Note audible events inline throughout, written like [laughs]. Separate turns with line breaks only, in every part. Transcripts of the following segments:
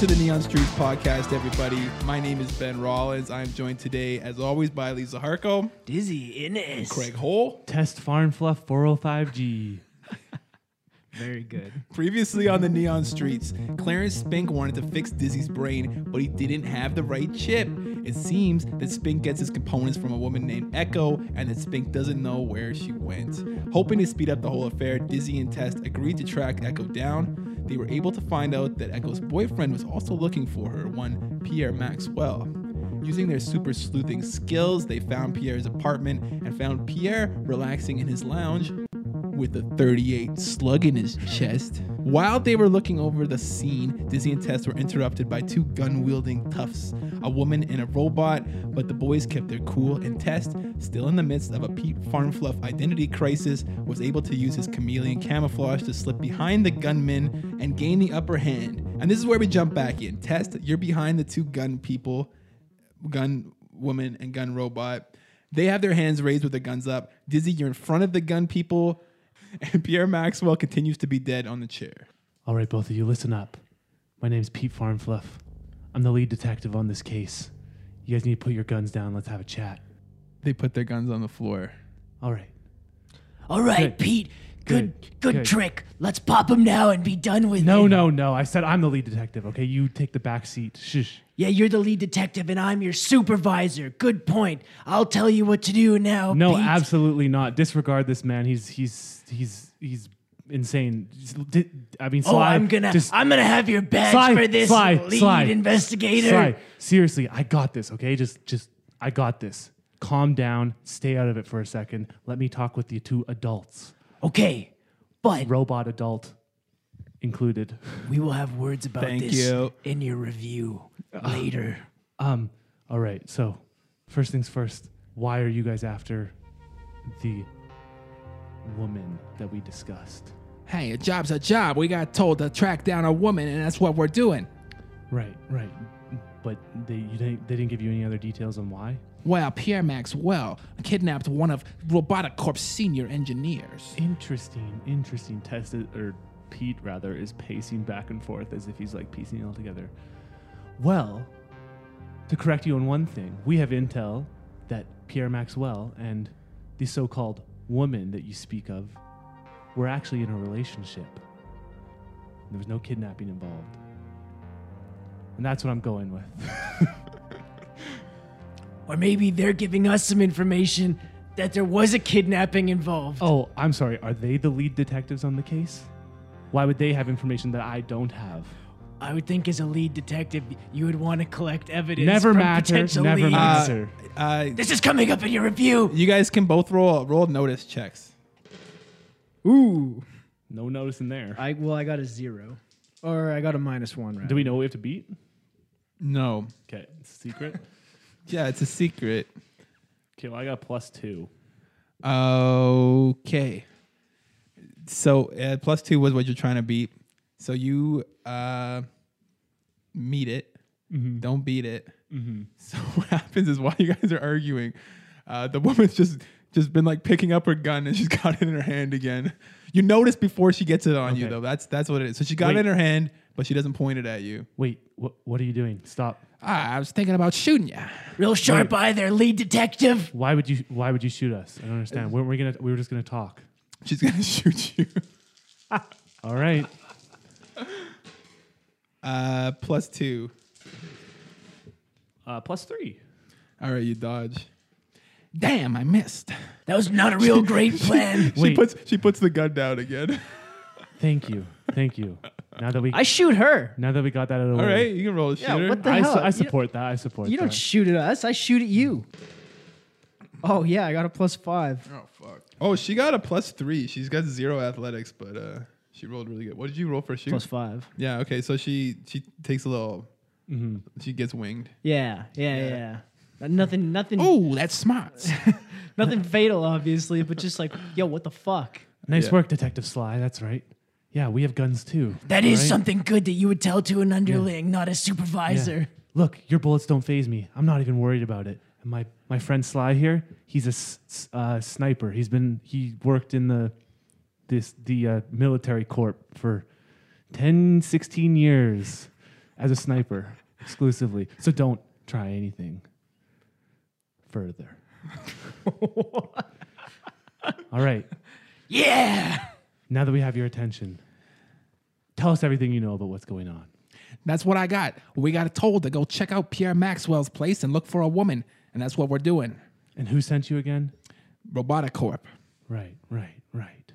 to the Neon Streets podcast, everybody. My name is Ben Rollins. I'm joined today, as always, by Lee Zaharko,
Dizzy Innes.
Craig Hole.
Test Farm Fluff 405G.
Very good.
Previously on the Neon Streets, Clarence Spink wanted to fix Dizzy's brain, but he didn't have the right chip. It seems that Spink gets his components from a woman named Echo, and that Spink doesn't know where she went. Hoping to speed up the whole affair, Dizzy and Test agreed to track Echo down. They were able to find out that Echo's boyfriend was also looking for her, one Pierre Maxwell. Using their super sleuthing skills, they found Pierre's apartment and found Pierre relaxing in his lounge with a 38 slug in his chest. While they were looking over the scene, Dizzy and Tess were interrupted by two gun wielding toughs, a woman and a robot, but the boys kept their cool, and Tess, still in the midst of a Pete Farmfluff identity crisis, was able to use his chameleon camouflage to slip behind the gunmen and gain the upper hand. And this is where we jump back in. Tess, you're behind the two gun people gun woman and gun robot. They have their hands raised with their guns up. Dizzy, you're in front of the gun people, and Pierre Maxwell continues to be dead on the chair.
All right, both of you, listen up. My name's Pete Farm Fluff. I'm the lead detective on this case. You guys need to put your guns down. Let's have a chat.
They put their guns on the floor.
All right.
All right,
Good.
Pete. Good, good,
Good. Good.
trick. Let's pop him now and be done with it.
No, no, no. I said I'm the lead detective, okay? You take the back seat. Shush.
Yeah, you're the lead detective and I'm your supervisor. Good point. I'll tell you what to do now.
No,
Pete.
absolutely not. Disregard this man. He's he's he's he's insane. Just di- I mean, Sly.
Oh, I'm gonna,
just-
I'm gonna have your badge
Sly,
for this
Sly,
lead
Sly,
investigator.
Sly, seriously, I got this, okay? Just just I got this. Calm down. Stay out of it for a second. Let me talk with you two adults.
Okay, but
Robot adult included.
we will have words about
Thank
this
you.
in your review later.
Um all right. So, first things first, why are you guys after the woman that we discussed?
Hey, a job's a job. We got told to track down a woman, and that's what we're doing.
Right, right. But they you didn't they didn't give you any other details on why?
Well, Pierre Maxwell kidnapped one of Roboticorp's senior engineers.
Interesting, interesting. Test or Pete rather is pacing back and forth as if he's like piecing it all together. Well, to correct you on one thing, we have intel that Pierre Maxwell and the so-called woman that you speak of were actually in a relationship. There was no kidnapping involved, and that's what I'm going with. [laughs]
Or maybe they're giving us some information that there was a kidnapping involved.
Oh, I'm sorry. Are they the lead detectives on the case? Why would they have information that I don't have?
I would think as a lead detective, you would want to collect evidence.
Never
from
matter,
Potential
never
leads.
matter.
Uh,
Sir.
uh,
This is coming up in your review.
you guys can both roll roll notice checks.
Ooh,
No notice
[laughs]
in there.
I well, I got a zero, or I got a minus one. Right?
Do we know what we have to beat?
No.
Okay, it's a secret.
Yeah, it's a secret.
okay, well, I got plus two.
Okay. So uh, plus two was what you're trying to beat. So you uh, meet it. Don't beat it. [laughs] So what happens is while you guys are arguing, uh, the woman's just just been like picking up her gun and she's [laughs] got it in her hand again. You notice before she gets it on you
Okay.
though. That's that's what it is. So she got it
Wait.
in her hand, but she doesn't point it at you.
Wait, what? What are you doing? Stop.
Ah, I was thinking about shooting you.
Real sharp eye there, lead detective.
Why would you? Why would you shoot us? I don't understand. Weren't we gonna? We were just gonna talk.
She's gonna [laughs] shoot you.
All right.
Uh, plus two.
Uh, plus three.
All right, you dodge. Damn, I missed.
That was not a real great plan.
She
Wait.
puts she puts the gun down again.
Thank you. Thank you. Now that we.
I shoot her.
[laughs] now that we got that out of the
[laughs] All
way.
right, you can roll a shooter.
what the
I, su-
hell?
I
You-
support that. I support.
You don't
that.
shoot at us. I shoot at you. Oh yeah, I got a plus five.
oh fuck. Oh, she got a plus three. She's got zero athletics, but uh, she rolled really good. What did you roll for shoot?
Plus five.
yeah. Okay, so she she takes a little. She gets winged.
Yeah, yeah, yeah. yeah. Uh, Nothing, nothing,
[laughs] Oh, that's smart.
nothing fatal, obviously, but just like, yo, what the fuck?
nice
Yeah.
work, Detective Sly. That's right. Yeah, we have guns too.
That is
Right.
something good that you would tell to an underling, not a supervisor.
Look, your bullets don't phase me. I'm not even worried about it. And my my friend Sly here, he's a s- s- uh, sniper. He's been he worked in the this the uh, military corp for 10, 16 years. as a sniper exclusively. So don't try anything further. All right.
Yeah.
Now that we have your attention, tell us everything you know about what's going on.
That's what I got. We got told to go check out Pierre Maxwell's place and look for a woman, and that's what we're doing.
And who sent you again?
Roboticorp.
Right, right, right.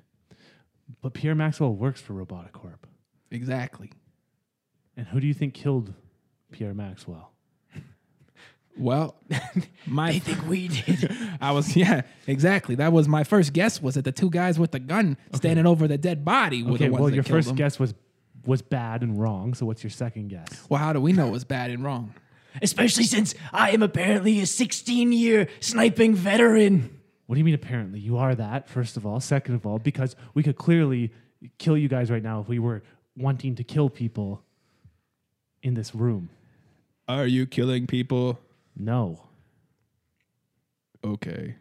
But Pierre Maxwell works for Roboticorp.
Exactly.
And who do you think killed Pierre Maxwell? [laughs]
Well, my
I think we did.
[laughs] I was yeah, exactly. That was my first guess was that the two guys with the gun standing over the dead body were
Okay,
the ones
well,
that
your
killed
first
him.
guess was was bad and wrong. So what's your second guess?
Well, how do we know it was bad and wrong?
Especially since I am apparently a 16 year sniping veteran.
What do you mean? Apparently, you are that. First of all, second of all, because we could clearly kill you guys right now if we were wanting to kill people in this room.
Are you killing people?
No,
Okay.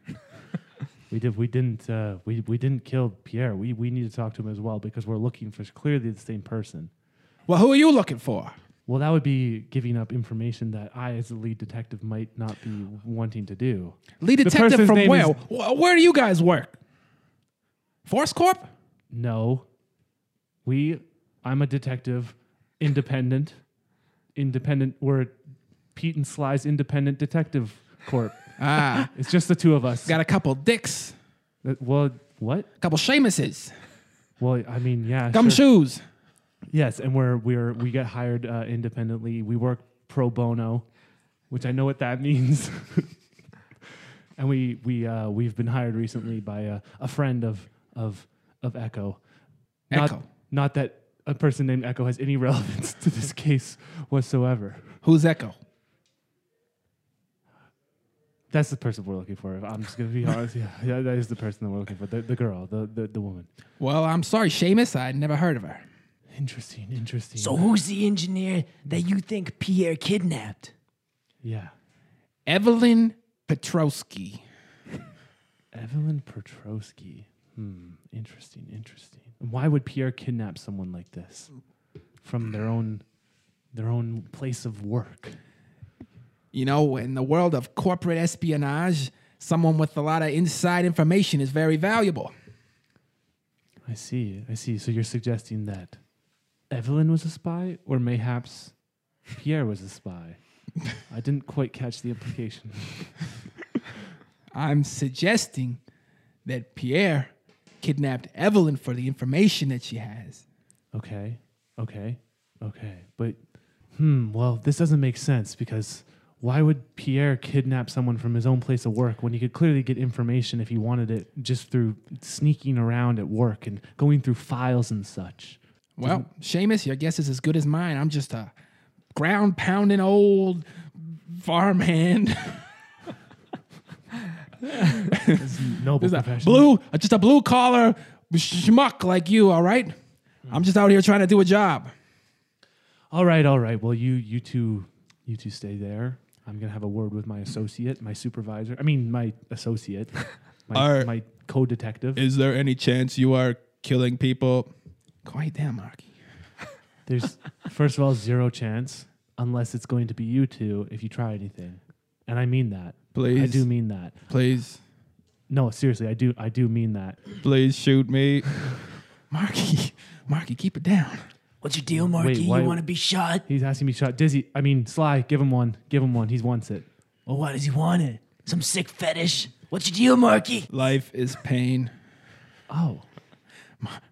we did. We didn't. Uh, we we didn't kill Pierre. We we need to talk to him as well because we're looking for clearly the same person.
Well, who are you looking for?
Well, that would be giving up information that I, as the lead detective, might not be wanting to do.
Lead
The
detective
person's
from
name
where?
is-
Wh- where do you guys work? Force Corp?
No, we. I'm a detective, independent, independent. We're Pete and Sly's independent detective corp. [laughs]
Ah,
It's just the two of us.
got a couple dicks,
Uh, well, what?
a couple Seamuses,
Well, I mean, yeah. sure.
gumshoes.
Yes, and we're we're we get hired uh, independently. We work pro bono, which I know what that [laughs] means. and we we uh, we've been hired recently by a, a friend of of of Echo. Not,
Echo.
Not that a person named Echo has any [laughs] relevance to this case whatsoever.
Who's Echo?
That's the person we're looking for. I'm just gonna be honest. [laughs] Yeah, yeah, that is the person that we're looking for. The, the girl, the, the the woman.
Well, I'm sorry, Seamus. I never heard of her.
Interesting. Interesting.
So, who's the engineer that you think Pierre kidnapped?
yeah,
Evelyn Petrosky.
Evelyn Petrosky. Hmm. Interesting. Interesting. Why would Pierre kidnap someone like this from their own their own place of work?
You know, in the world of corporate espionage, someone with a lot of inside information is very valuable.
I see. I see. So you're suggesting that Evelyn was a spy, or mayhaps Pierre was a spy. I didn't quite catch the implication.
I'm suggesting that Pierre kidnapped Evelyn for the information that she has.
Okay. Okay. Okay. But hmm, well, this doesn't make sense because why would Pierre kidnap someone from his own place of work when he could clearly get information if he wanted it just through sneaking around at work and going through files and such?
Well, Seamus, your guess is as good as mine. I'm just a ground pounding old farmhand.
Noble
Just a
profession.
blue, just a blue collar schmuck like you, all right? I'm just out here trying to do a job.
All right, all right. Well, you you two you two stay there. I'm gonna have a word with my associate, my supervisor. I mean, my associate, my,
Are-
my co-detective.
Is there any chance you are killing people? Quite damn, Marky.
There's first of all zero chance unless it's going to be you two if you try anything, and I mean that. I
Please.
do mean that.
Please,
No, seriously, I do. I do mean that.
please shoot me. [laughs] Marky, Marky, keep it down.
What's your deal, Marky?
why-
you want to be shot?
He's asking me shot. Dizzy. I mean Sly. Give him one. Give him one. He wants it.
Well, why does he want it? Some sick fetish? What's your deal, Marky?
Life is pain.
Oh,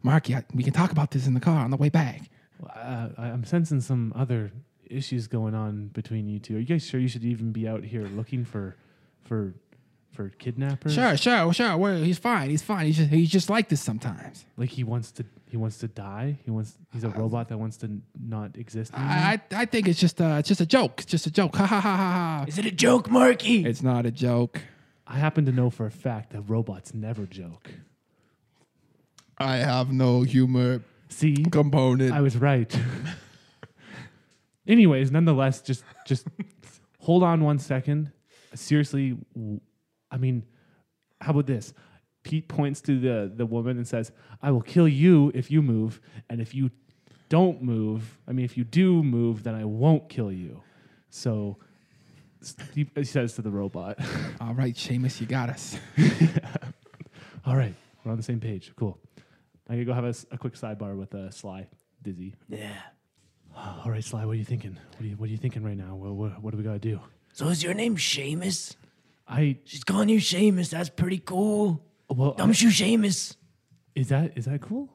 Marky, I, we can talk about this in the car on the way back.
uh, I- I'm sensing some other issues going on between you two. Are you guys sure you should even be out here looking for, for, for kidnappers?
Sure, sure, sure. Well, he's fine. He's fine. He's just, he's just like this sometimes.
Like he wants to. He wants to die. He wants. He's a robot that wants to n- not exist. anymore?
Uh, I, I, I think it's just uh, it's just a joke. It's just a joke. [laughs] Ha ha ha ha ha.
Is it a joke, Marky?
It's not a joke.
I happen to know for a fact that robots never joke.
I have no humor
See,
component.
I was right. Anyways, nonetheless, just just hold on one second. Seriously, w- I mean, how about this? Pete points to the the woman and says, "I will kill you if you move, and if you don't move, I mean, if you do move, then I won't kill you. So he, he says to the robot, [laughs]
All right, Seamus, you got us.
All right, we're on the same page. Cool. I gotta go have a, s- a quick sidebar with uh, Sly Dizzy.
Yeah.
All right, Sly, what are you thinking? What are you, what are you thinking right now? What, what, what do we gotta do?
So is your name Seamus?
I
She's calling you Seamus. That's pretty cool.
well, I-
Dumb shoe Seamus.
is that is that cool?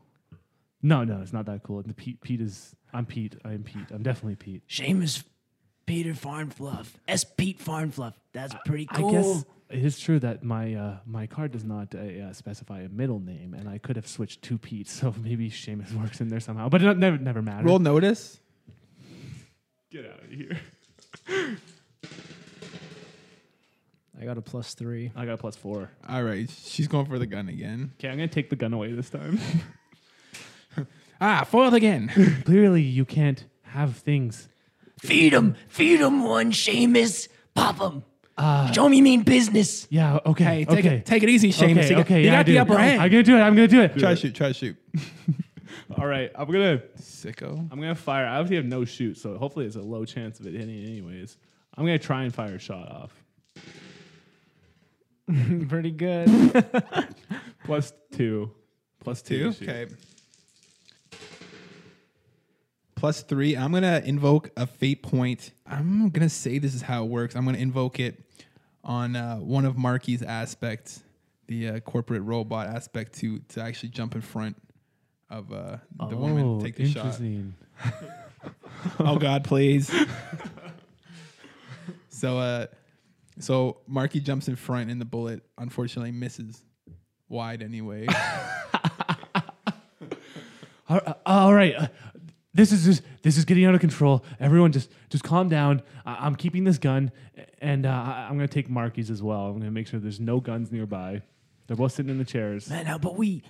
No, no, it's not that cool. The Pete, Pete is. I'm Pete. I am Pete. I'm definitely Pete.
Seamus Peter Farnfluff. S. Pete Farnfluff. That's pretty cool.
I guess it is true that my uh, my card does not uh, uh, specify a middle name, and I could have switched to Pete, [laughs] so maybe Seamus works in there somehow. But it never never matters.
Roll notice.
Get out of here.
I got a plus three.
I got a plus four.
All right, she's going for the gun again.
Okay, I'm gonna take the gun away this time. [laughs]
Ah, foiled again.
Clearly, you can't have things.
Feed him. Feed him one, Seamus. Pop him.
Uh,
Show me mean business.
Yeah. Okay.
Hey, take,
okay.
it, take it easy, Seamus.
Okay.
you got,
okay.
you
yeah, I
got the
do.
upper hand.
I'm gonna do it. I'm gonna do it.
try to shoot, try to shoot.
All right. I'm gonna.
Sicko.
I'm gonna fire. I obviously have no shoot, so hopefully there's a low chance of it hitting, anyways. I'm gonna try and fire a shot off. [laughs]
Pretty good.
[laughs] Plus two. Plus
Two.
two. to shoot.
Okay. Plus three. I'm gonna invoke a fate point. I'm gonna say this is how it works. I'm gonna invoke it on uh, one of Marky's aspects, the uh, corporate robot aspect, to to actually jump in front of
[laughs]
uh, the woman and take the shot.
interesting.
oh God, please. [laughs] so uh so Marky jumps in front and the bullet unfortunately misses wide
[laughs]
anyway.
All, uh, all right. uh, this is just, this is getting out of control. Everyone, just just calm down. I, I'm keeping this gun, and uh, I- I'm gonna take Marky's as well. I'm gonna make sure there's no guns nearby. They're both sitting in the chairs.
Man, how about we,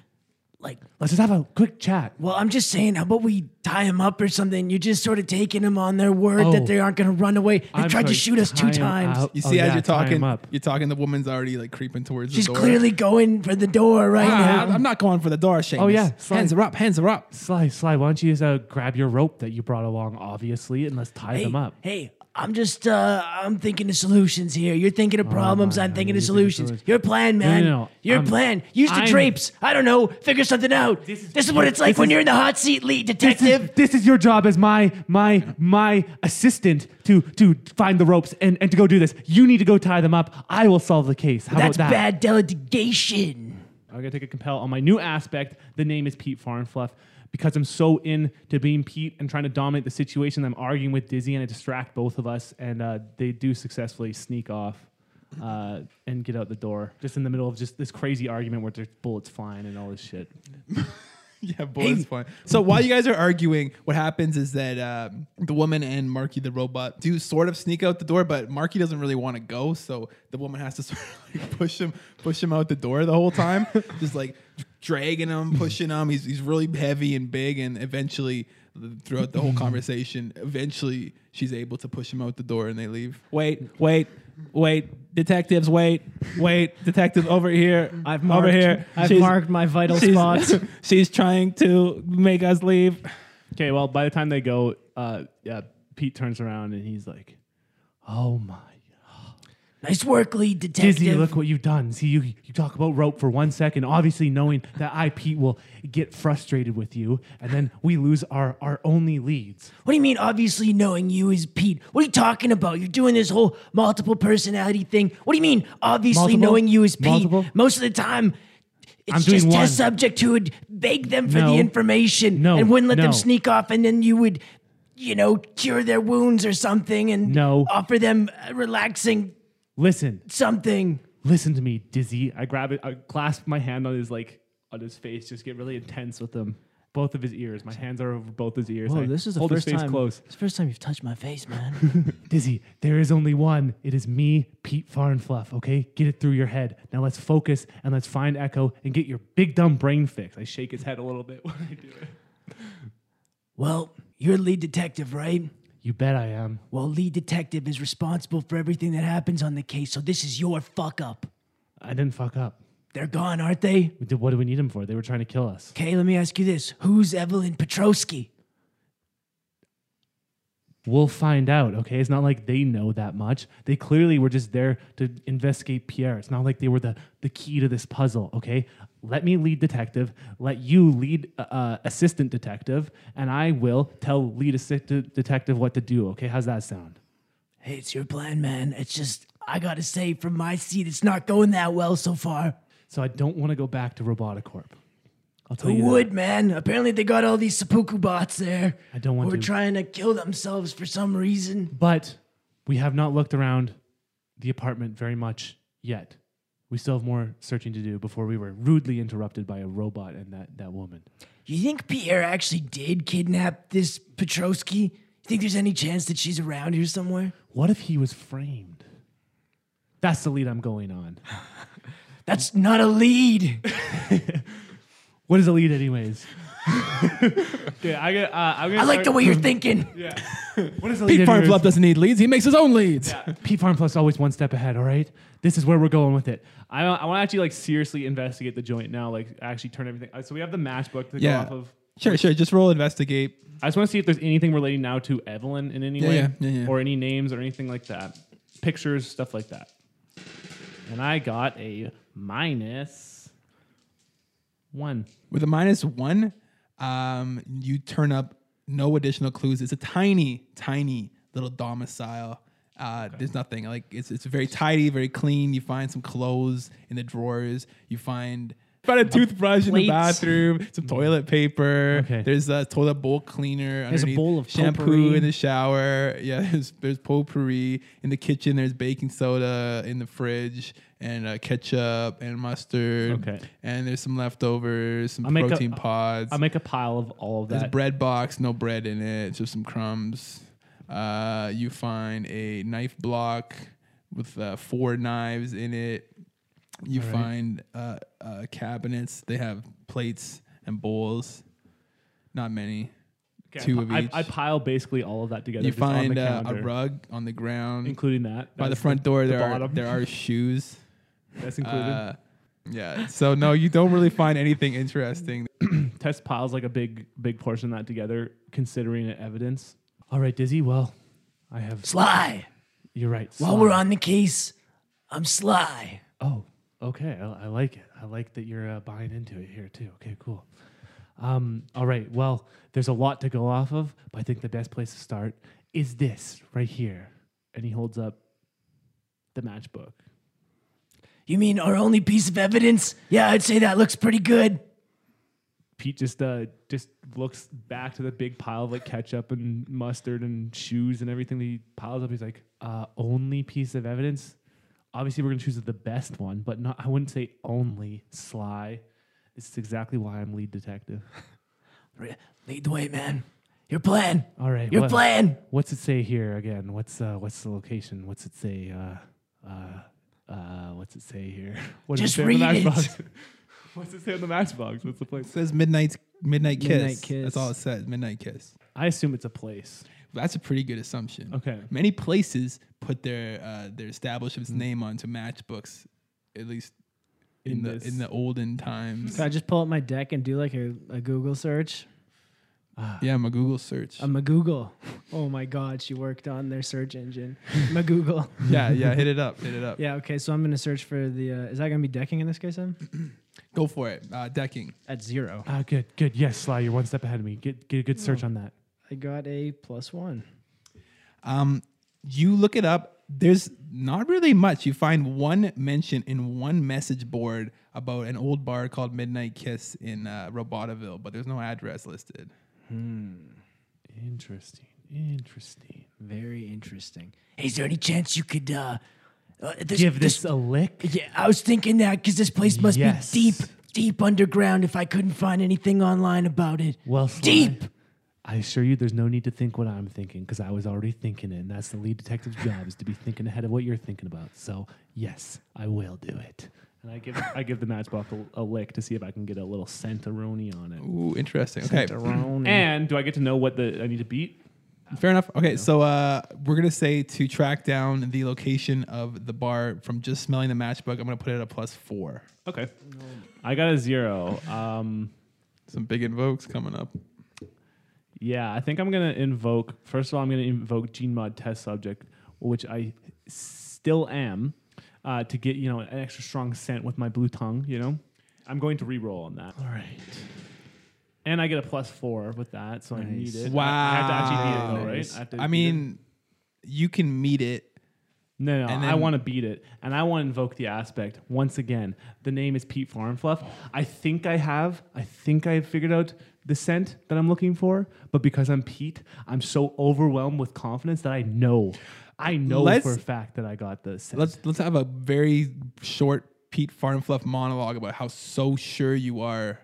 like,
Let's just have a quick chat.
well, I'm just saying, how about we tie him up or something? You're just sort of taking him on their word
Oh.
that they aren't going to run away. They
I'm
tried to
sorry,
shoot us
tie
two
'em
times.
out.
You
Oh,
see as
yeah,
you're
tie 'em
talking
up.
you're talking the woman's already like creeping towards
She's
the door.
clearly going for the door right
Ah,
now.
I'm not going for the door, Seamus.
Oh, yeah, sorry.
Hands are up, hands are up.
Sly, Sly, why don't you just uh, grab your rope that you brought along, obviously, and let's tie
hey,
them up.
Hey, I'm just uh I'm thinking of solutions here. You're thinking
Oh,
of problems,
my
I'm
God,
thinking
you're
of
thinking of
solutions.
solutions.
Your plan, man.
no, no,
Your
I'm-
plan. Use the
I'm-
drapes. I don't know. Figure something out. This
This
is,
is-
what it's like
this
when
is-
you're in the hot seat, lead
This is,
detective.
this is your job as my my my assistant to to find the ropes and, and to go do this. You need to go tie them up. I will solve the case. How
That's
about that?
bad delegation.
I'm gonna take a compel on my new aspect. The name is Pete Farnfluff. Because I'm so into being Pete and trying to dominate the situation, I'm arguing with Dizzy and I distract both of us, and uh, they do successfully sneak off uh, and get out the door, just in the middle of just this crazy argument where there's bullets flying and all this shit.
[laughs]
Yeah, bullet's fine. So while you guys are arguing, what happens is that um, the woman and Marky the robot do sort of sneak out the door, but Marky doesn't really want to go, so the woman has to [laughs] sort of like push him, push him out the door the whole
[laughs]
time, just like dragging him, pushing him. He's he's really heavy and big, and eventually, throughout the whole conversation, eventually she's able to push him out the door, and they leave.
Wait, wait, wait, detectives, wait, wait, detective over here.
I've marked,
over here.
I've
She's-
marked my vital
she's- [laughs]
spots.
She's trying to make us leave.
Okay, well, by the time they go, uh, yeah, Pete turns around and he's like, "Oh my,
Nice work, lead detective.
Dizzy, look what you've done." See, you you talk about rope for one second, obviously knowing that I Pete will get frustrated with you, and then we lose our our only leads.
What do you mean, obviously knowing you is Pete? What are you talking about? You're doing this whole multiple personality thing. What do you mean, obviously
Multiple?
knowing you is Pete?
Multiple?
Most of the time, it's
I'm doing
just
one.
test subject who would beg them for
No.
the information
No.
and wouldn't let
No.
them sneak off, and then you would, you know, cure their wounds or something and
No.
offer them a relaxing
Listen,
something.
listen to me, Dizzy. I grab it, I clasp my hand on his like on his face, just get really intense with him. Both of his ears. My hands are over both his ears.
Oh,
I hold his face close.
It's the first time you've touched my face, man.
Dizzy, there is only one. It is me, Pete Farnfluff, okay? Get it through your head. Now let's focus and let's find Echo and get your big dumb brain fixed. I shake his head a little bit [laughs] when I do it.
[laughs] well, you're lead detective, right?
You bet I am.
Well, lead detective is responsible for everything that happens on the case, so this is your fuck up.
I didn't fuck up.
They're gone, aren't they?
We did, what do we need him for? They were trying to kill us.
Okay, let me ask you this. Who's Evelyn Petrosky?
We'll find out, okay? It's not like they know that much. They clearly were just there to investigate Pierre. It's not like they were the, the key to this puzzle, okay? Let me lead detective, let you lead uh, uh, assistant detective, and I will tell lead assistant detective what to do, okay? How's that sound?
Hey, it's your plan, man. It's just, I gotta say, from my seat, it's not going that well so far.
So I don't want to go back to Roboticorp. I'll tell
Who
you that.
would, man? Apparently, they got all these seppuku bots there.
I don't want
who are
to.
trying to kill themselves for some reason.
But we have not looked around the apartment very much yet. We still have more searching to do before we were rudely interrupted by a robot and that, that woman.
You think Pierre actually did kidnap this Petrosky? You think there's any chance that she's around here somewhere?
What if he was framed? That's the lead I'm going on.
That's not a lead.
What is the lead, anyways? [laughs] okay, I get, uh, I'm gonna
I like the way
[laughs]
you're thinking.
What is the
Pete
lead?
Farm
anyways?
Club doesn't need leads. He makes his own leads.
Pete Farm Plus always one step ahead. All right, this is where we're going with it. I, I want to actually like seriously investigate the joint now. Like actually turn everything. uh, So we have the matchbook to
Yeah.
go off of.
Sure, sure. Just roll investigate.
I just want to see if there's anything relating now to Evelyn in any
Yeah,
way,
yeah, yeah, yeah.
or any names or anything like that, pictures, stuff like that. And I got a minus one.
With a minus one, um, you turn up no additional clues. It's a tiny, tiny little domicile. Uh, There's nothing like it's it's very tidy, very clean. You find some clothes in the drawers. You find find a toothbrush in the
plates.
bathroom, some toilet paper.
Hmm. Okay.
There's a toilet bowl cleaner.
There's a
underneath.
bowl of
shampoo
potpourri.
in the shower. [laughs] Yeah, there's there's potpourri in the kitchen. There's baking soda in the fridge and uh, ketchup and mustard.
Okay.
And there's some leftovers, some
I'll make a-
protein pods.
I make a pile of all of
there's a
that.
bread box, no bread in it, just some crumbs. Uh, you find a knife block with uh, four knives in it. You
All right.
find uh, uh, cabinets. They have plates and bowls. Not many.
Okay,
two
I,
of
I-
each.
I pile basically all of that together.
you
just on the
find uh, a
calendar,
rug on the ground.
including that
By the
That's
front door,
the
there are,
bottom.
there are shoes.
That's included.
Uh, yeah. So no, you don't really find anything interesting.
Tess piles like a big big portion of that together, considering it evidence. All right, Dizzy. Well, I have.
Sly.
You're right.
While
Sly.
we're on the case, I'm sly.
Oh, okay. I, I like it. I like that you're uh, buying into it here too. Okay, cool. Um, all right. Well, there's a lot to go off of, but I think the best place to start is this right here. And he holds up the matchbook.
You mean our only piece of evidence? Yeah, I'd say that looks pretty good.
Pete just uh, just looks back to the big pile of like ketchup and mustard and shoes and everything that he piles up. He's like, uh, only piece of evidence. Obviously, we're gonna choose the best one, but not. I wouldn't say only sly. This is exactly why I'm lead detective.
Re- Lead the way, man. Your plan.
Oh,
All right.
Your
well-
plan.
What's it say here again? What's uh, what's the location? What's it say? Uh, uh, uh, what's it say here? [laughs] What
Just
does it say on
read
the
it.
matchbox? [laughs] what's it say on the matchbox? What's the place?
It says midnight midnight kiss.
Midnight Kiss.
That's all it says. Midnight kiss.
I assume it's a place.
That's a pretty good assumption.
Okay.
Many places put their uh, their establishment's
Mm.
name onto matchbooks, at least in,
In
the
this-
in the olden times.
Can I just pull up my deck and do like a, a Google search?
Yeah, my Google
[laughs]
search.
A Magoogle. Oh my God, she worked on their search
[laughs]
engine. Magoogle.
yeah, yeah. Hit it up. Hit it up.
Yeah, okay, so I'm going to search for the. Uh, is that going to be decking in this case then?
Go for it. Uh, decking.
At zero.
Ah, good, good. Yes, Sly, you're one step ahead of me. Get get a good
Hmm.
search on that.
I got a plus one.
Um, you look it up. There's not really much. You find one mention in one message board about an old bar called Midnight Kiss in uh, Robotaville, but there's no address listed.
Interesting, interesting.
Very interesting.
Hey, is there any chance you could uh, uh this,
Give this a lick.
Yeah, I was thinking that because this place must
Yes.
be deep, deep underground. If I couldn't find anything online about it,
Well, Sly,
deep.
I assure you, there's no need to think what I'm thinking because I was already thinking it, and that's the lead detective's job is to be thinking ahead of what you're thinking about. So yes, I will do it. And I give I give the matchbox a, a lick to see if I can get a little centeroni on it.
Ooh, interesting. Okay.
And do I get to know what the I need to beat?
Fair enough. Okay, so uh, we're gonna say to track down the location of the bar from just smelling the matchbook. I'm gonna put it at a plus four.
Okay, I got a zero. Um,
Some big invokes coming up.
Yeah, I think I'm gonna invoke. First of all, I'm gonna invoke Gene Mod test subject, which I still am, uh, to get you know an extra strong scent with my blue tongue. You know, I'm going to re-roll on that.
All right.
And I get a plus four with that, so I need it.
Wow.
I have to actually beat it though, right? have to
I
beat it.
mean, you can meet it.
No, no,
And
I
then-
want to beat it, and I want to invoke the aspect once again. The name is Pete Farmfluff. I think I have. I think I've figured out the scent that I'm looking for. But because I'm Pete, I'm so overwhelmed with confidence that I know. I know
Let's-
for a fact that I got the scent.
Let's let's have a very short Pete Farnfluff monologue about how so sure you are.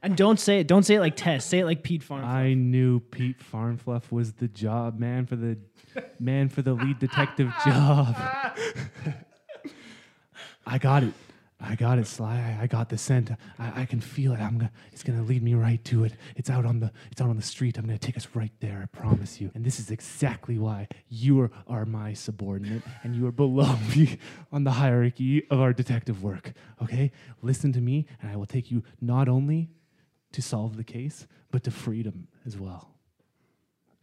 And don't say it. Don't say it like Tess. Say it like Pete Farm.
I knew Pete Farmfluff was the job man for the man for the lead detective job. I got it. I got it, Sly. I, I got the scent. I, I can feel it. I'm gonna, it's gonna lead me right to it. It's out on the it's out on the street. I'm gonna take us right there. I promise you. And this is exactly why you are, are my subordinate and you are below me on the hierarchy of our detective work. Okay, listen to me, and I will take you not only to solve the case, but to freedom as well.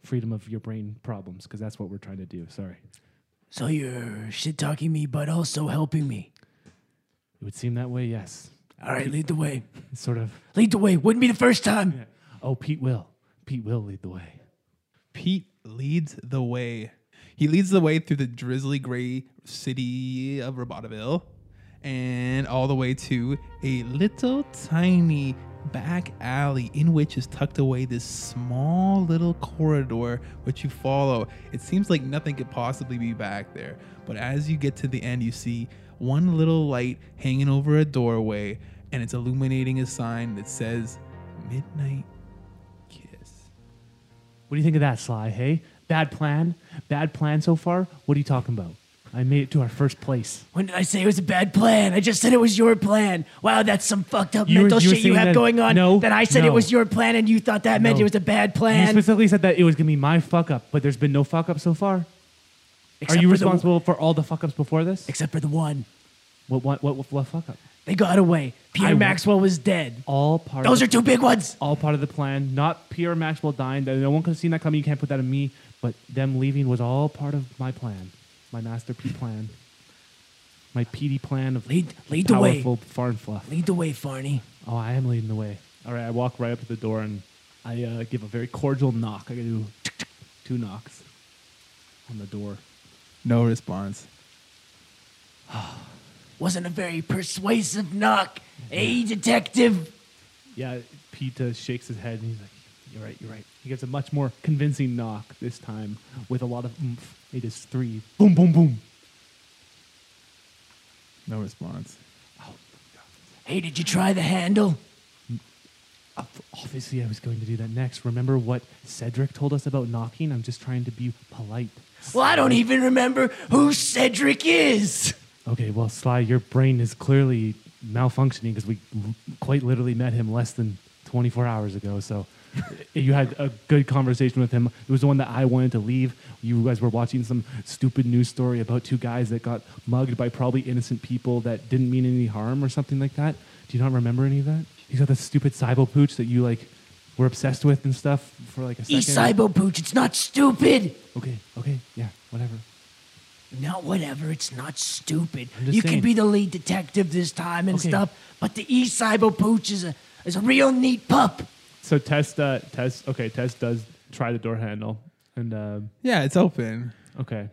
Freedom of your brain problems, because that's what we're trying to do. Sorry.
So you're shit talking me, but also helping me.
It would seem that way, yes.
All right, lead the way.
It's sort of,
Lead the way. Wouldn't be the first time.
oh, Pete will. Pete will lead the way.
Pete leads the way. He leads the way through the drizzly gray city of Robotoville and all the way to a little tiny back alley in which is tucked away this small little corridor which you follow. It seems like nothing could possibly be back there, but as you get to the end, you see one little light hanging over a doorway and it's illuminating a sign that says Midnight Kiss.
What do you think of that, Sly? Hey, bad plan? Bad plan so far? What are you talking about? I made it to our first place.
When did I say it was a bad plan? I just said it was your plan. Wow, that's some fucked up
You were-
mental
you were
shit you
saying
have
that-
going on.
no,
that I said
no.
it was your plan and you thought that meant
No.
it was a bad
You
plan.
specifically said that it was going to be my fuck up, but there's been no fuck up so far.
Except
are you
for the-
responsible for all the fuck ups before this?
except for the one.
What, what, what, what fuck up?
They got away. Pierre
I wa-
Maxwell was dead.
All part of
Those
the
are two big ones.
all part of the plan. Not Pierre Maxwell dying. That no one could have seen that coming. You can't put that on me. But them leaving was all part of my plan, my master P plan, my PD plan of
Lead- lead the way.
powerful farm fluff.
Lead the way, Farney.
Oh, I am leading the way. All right, I walk right up to the door and I uh, give a very cordial knock. I do two knocks on the door.
No response.
Wasn't a very persuasive knock. Hey, detective.
Yeah, Pete uh, shakes his head and he's like, "You're right, you're right." He gets a much more convincing knock this time with a lot of oomph. It is three. Boom, boom, boom.
No response.
Hey, did you try the handle?
Ob- Obviously, I was going to do that next. Remember what Cedric told us about knocking? I'm just trying to be polite.
Well, I don't even remember who Cedric is.
Okay, well, Sly, your brain is clearly malfunctioning because we l- quite literally met him less than 24 hours ago. So [laughs] you had a good conversation with him. It was the one that I wanted to leave. You guys were watching some stupid news story about two guys that got mugged by probably innocent people that didn't mean any harm or something like that. Do you not remember any of that? You got that stupid cybo pooch that you like were obsessed with and stuff for like a second.
East E Cybo Pooch, it's not stupid.
Okay, okay, yeah, whatever.
No, whatever, it's not stupid.
I'm just
You
saying.
can be the lead detective this time and
Okay.
stuff, but the East Cybo Pooch is a, is a real neat pup.
So Tess, uh, Tess, okay, Tess does try the door handle, and uh,
Yeah, it's open.
okay,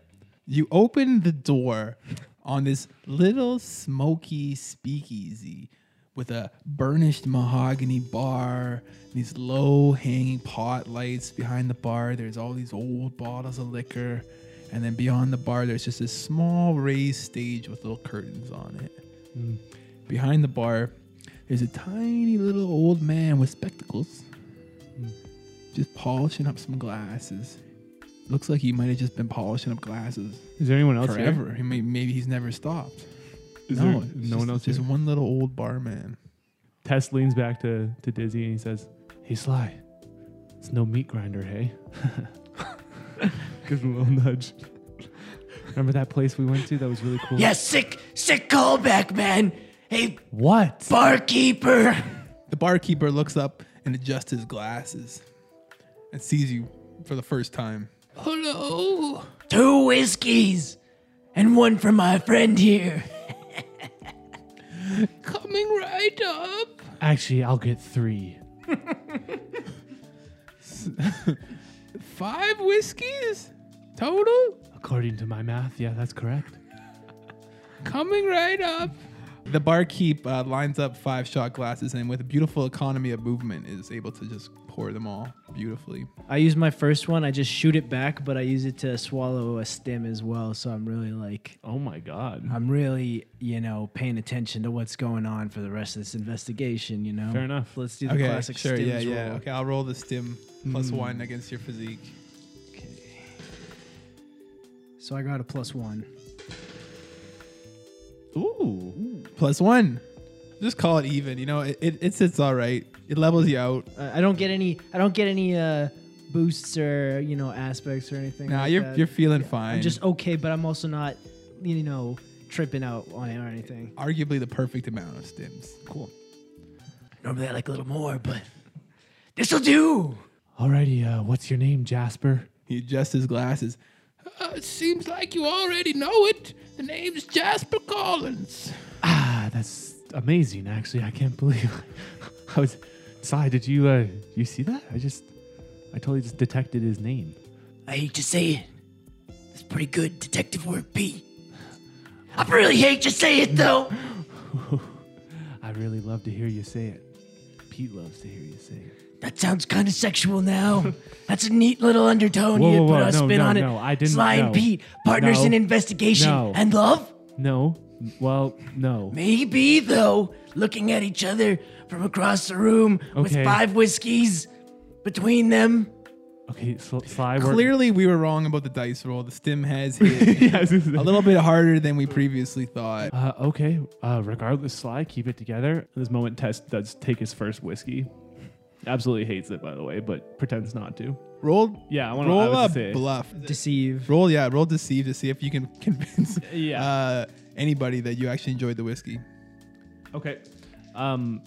You open the door on this little smoky speakeasy with a burnished mahogany bar, these low hanging pot lights behind the bar. There's all these old bottles of liquor. And then beyond the bar, there's just this small raised stage with little curtains on it.
Mm.
Behind the bar, there's a tiny little old man with spectacles just polishing up some glasses. Looks like he might have just been polishing up glasses
is there anyone else here?
forever. He may, maybe he's never stopped.
Is there
no, it's
no
just-
one else
Just
here?
one little old barman.
Tess leans back to to Dizzy and he says, "Hey Sly, it's no meat grinder, hey." Gives him a little nudge. Remember that place we went to that was really cool?
Yeah, sick, sick callback, man. Hey,
What?
barkeeper.
The barkeeper looks up and adjusts his glasses.
and sees you for the first time.
Hello. Two whiskeys and one for my friend here.
Coming right up.
Actually, I'll get three.
Five whiskeys total.
According to my math, yeah, that's correct.
Coming right up. The barkeep uh, lines up five shot glasses and, with a beautiful economy of movement, is able to just pour them all beautifully.
I use my first one. I just shoot it back, but I use it to swallow a stem as well. So I'm really like,
Oh my god.
I'm really, you know, paying attention to what's going on for the rest of this investigation. You know,
Fair enough.
Let's do the
Okay,
classic
sure,
stims
yeah, yeah.
roll.
Okay, I'll roll the stim plus
Hmm.
one against your physique.
So I got a plus one.
Ooh.
Plus one. Just call it even. You know, it, it, it sits all right. It levels you out.
Uh, I don't get any. I don't get any uh, boosts or you know aspects or anything.
Nah,
like
you're
that.
you're feeling fine.
I'm just okay, but I'm also not, you know, tripping out on it or anything.
arguably the perfect amount of stims.
Cool.
Normally I like a little more, but this'll do.
Alrighty, uh, what's your name, Jasper?
He adjusts his glasses.
Uh, it seems like you already know it. The name's Jasper Collins.
Ah, that's amazing. Actually, I can't believe [laughs] I was. Sai, did you uh, you see that? I just, I totally just detected his name.
I hate to say it. It's pretty good detective work, Pete. I really hate to say it though.
I really love to hear you say it. Pete loves to hear you say it.
That sounds kind of sexual
[laughs]
now. That's a neat little undertone
Whoa,
you
whoa,
put
whoa,
a
no,
spin
no,
on it.
no, I didn't-
Sly
no.
and Pete, partners
No.
in investigation
No.
and love.
No, well, no.
Maybe though, looking at each other from across the room
Okay.
with five whiskeys between them.
Okay, Sl- Sly, we're
Clearly, we were wrong about the dice roll. The stim [laughs] has hit
[laughs] yes,
a little bit harder than we previously thought.
Uh, okay. Uh, regardless, Sly, keep it together. At this moment, Tess does take his first whiskey. Absolutely hates it, by the way, but pretends not to.
Roll,
Yeah, I wanna- I
roll
was
a
gonna say-
bluff.
Deceive.
Roll, yeah, roll deceive to see if you can [laughs] convince
Yeah.
uh, anybody that you actually enjoyed the whiskey.
Okay. Um.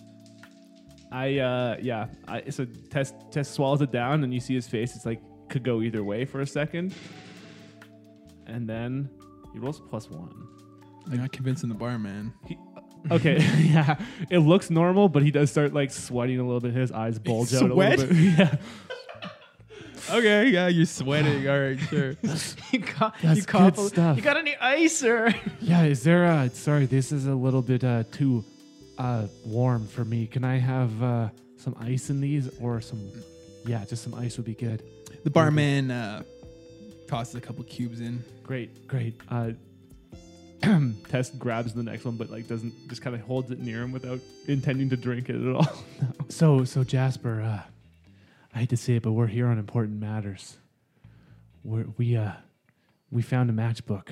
I uh yeah. I so Tess Tess swallows it down, and you see his face. It's like could go either way for a second, and then he rolls a plus one.
You're not convincing the barman.
He, okay, [laughs] yeah, it looks normal, but he does start like sweating a little bit. His eyes bulge out a
Sweat?
little bit. [laughs] Yeah.
Okay, yeah, you're sweating. All right, sure.
[laughs] you got.
That's
you got.
good stuff.
You got any ice or?
Yeah, is there uh sorry, this is a little bit uh too uh warm for me. Can I have uh some ice in these or some yeah, just some ice would be good.
[laughs] The barman uh, tosses a couple cubes in.
Great, great. Uh [clears throat] Tess grabs the next one but like doesn't just kind of holds it near him without intending to drink it at all. [laughs] So so Jasper, uh I hate to say it, but we're here on important matters. We're, we uh we found a matchbook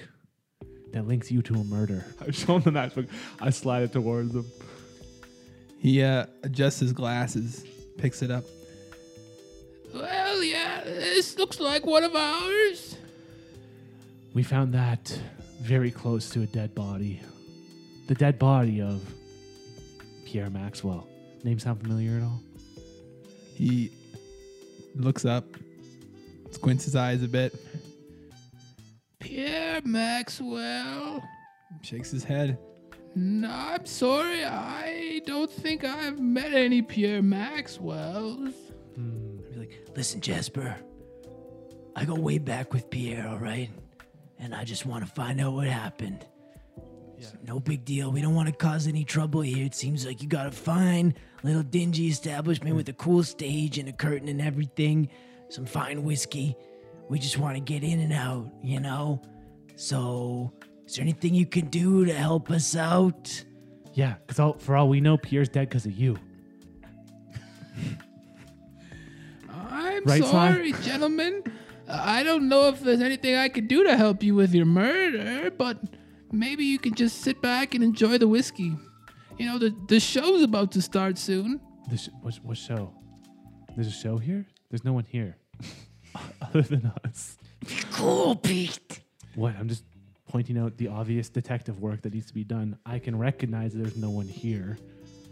that links you to a murder. [laughs] I show him the matchbook. I slide it towards him.
He uh, adjusts his glasses, picks it up.
Well, yeah, this looks like one of ours.
We found that very close to a dead body. The dead body of Pierre Maxwell. Name sound familiar at all?
He looks up, squints his eyes a bit,
Pierre Maxwell.
shakes his head.
No, I'm sorry, I don't think I've met any Pierre Maxwells.
Be like, listen, Jasper, I go way back with Pierre, all right? And I just want to find out what happened. It's No big deal. We don't want to cause any trouble here. It seems like you got a fine little dingy establishment with a cool stage and a curtain and everything, some fine whiskey. We just want to get in and out, you know? So, is there anything you can do to help us out?
Yeah, because all, for all we know, Pierre's dead because of you.
I'm
Right, Sly?
sorry, gentlemen. Uh, I don't know if there's anything I could do to help you with your murder, but maybe you can just sit back and enjoy the whiskey. You know, the, the show's about to start soon.
This, what, what show? There's a show here? There's no one here. [laughs] Other than us.
Cool, Pete.
What? I'm just pointing out the obvious detective work that needs to be done. I can recognize that there's no one here.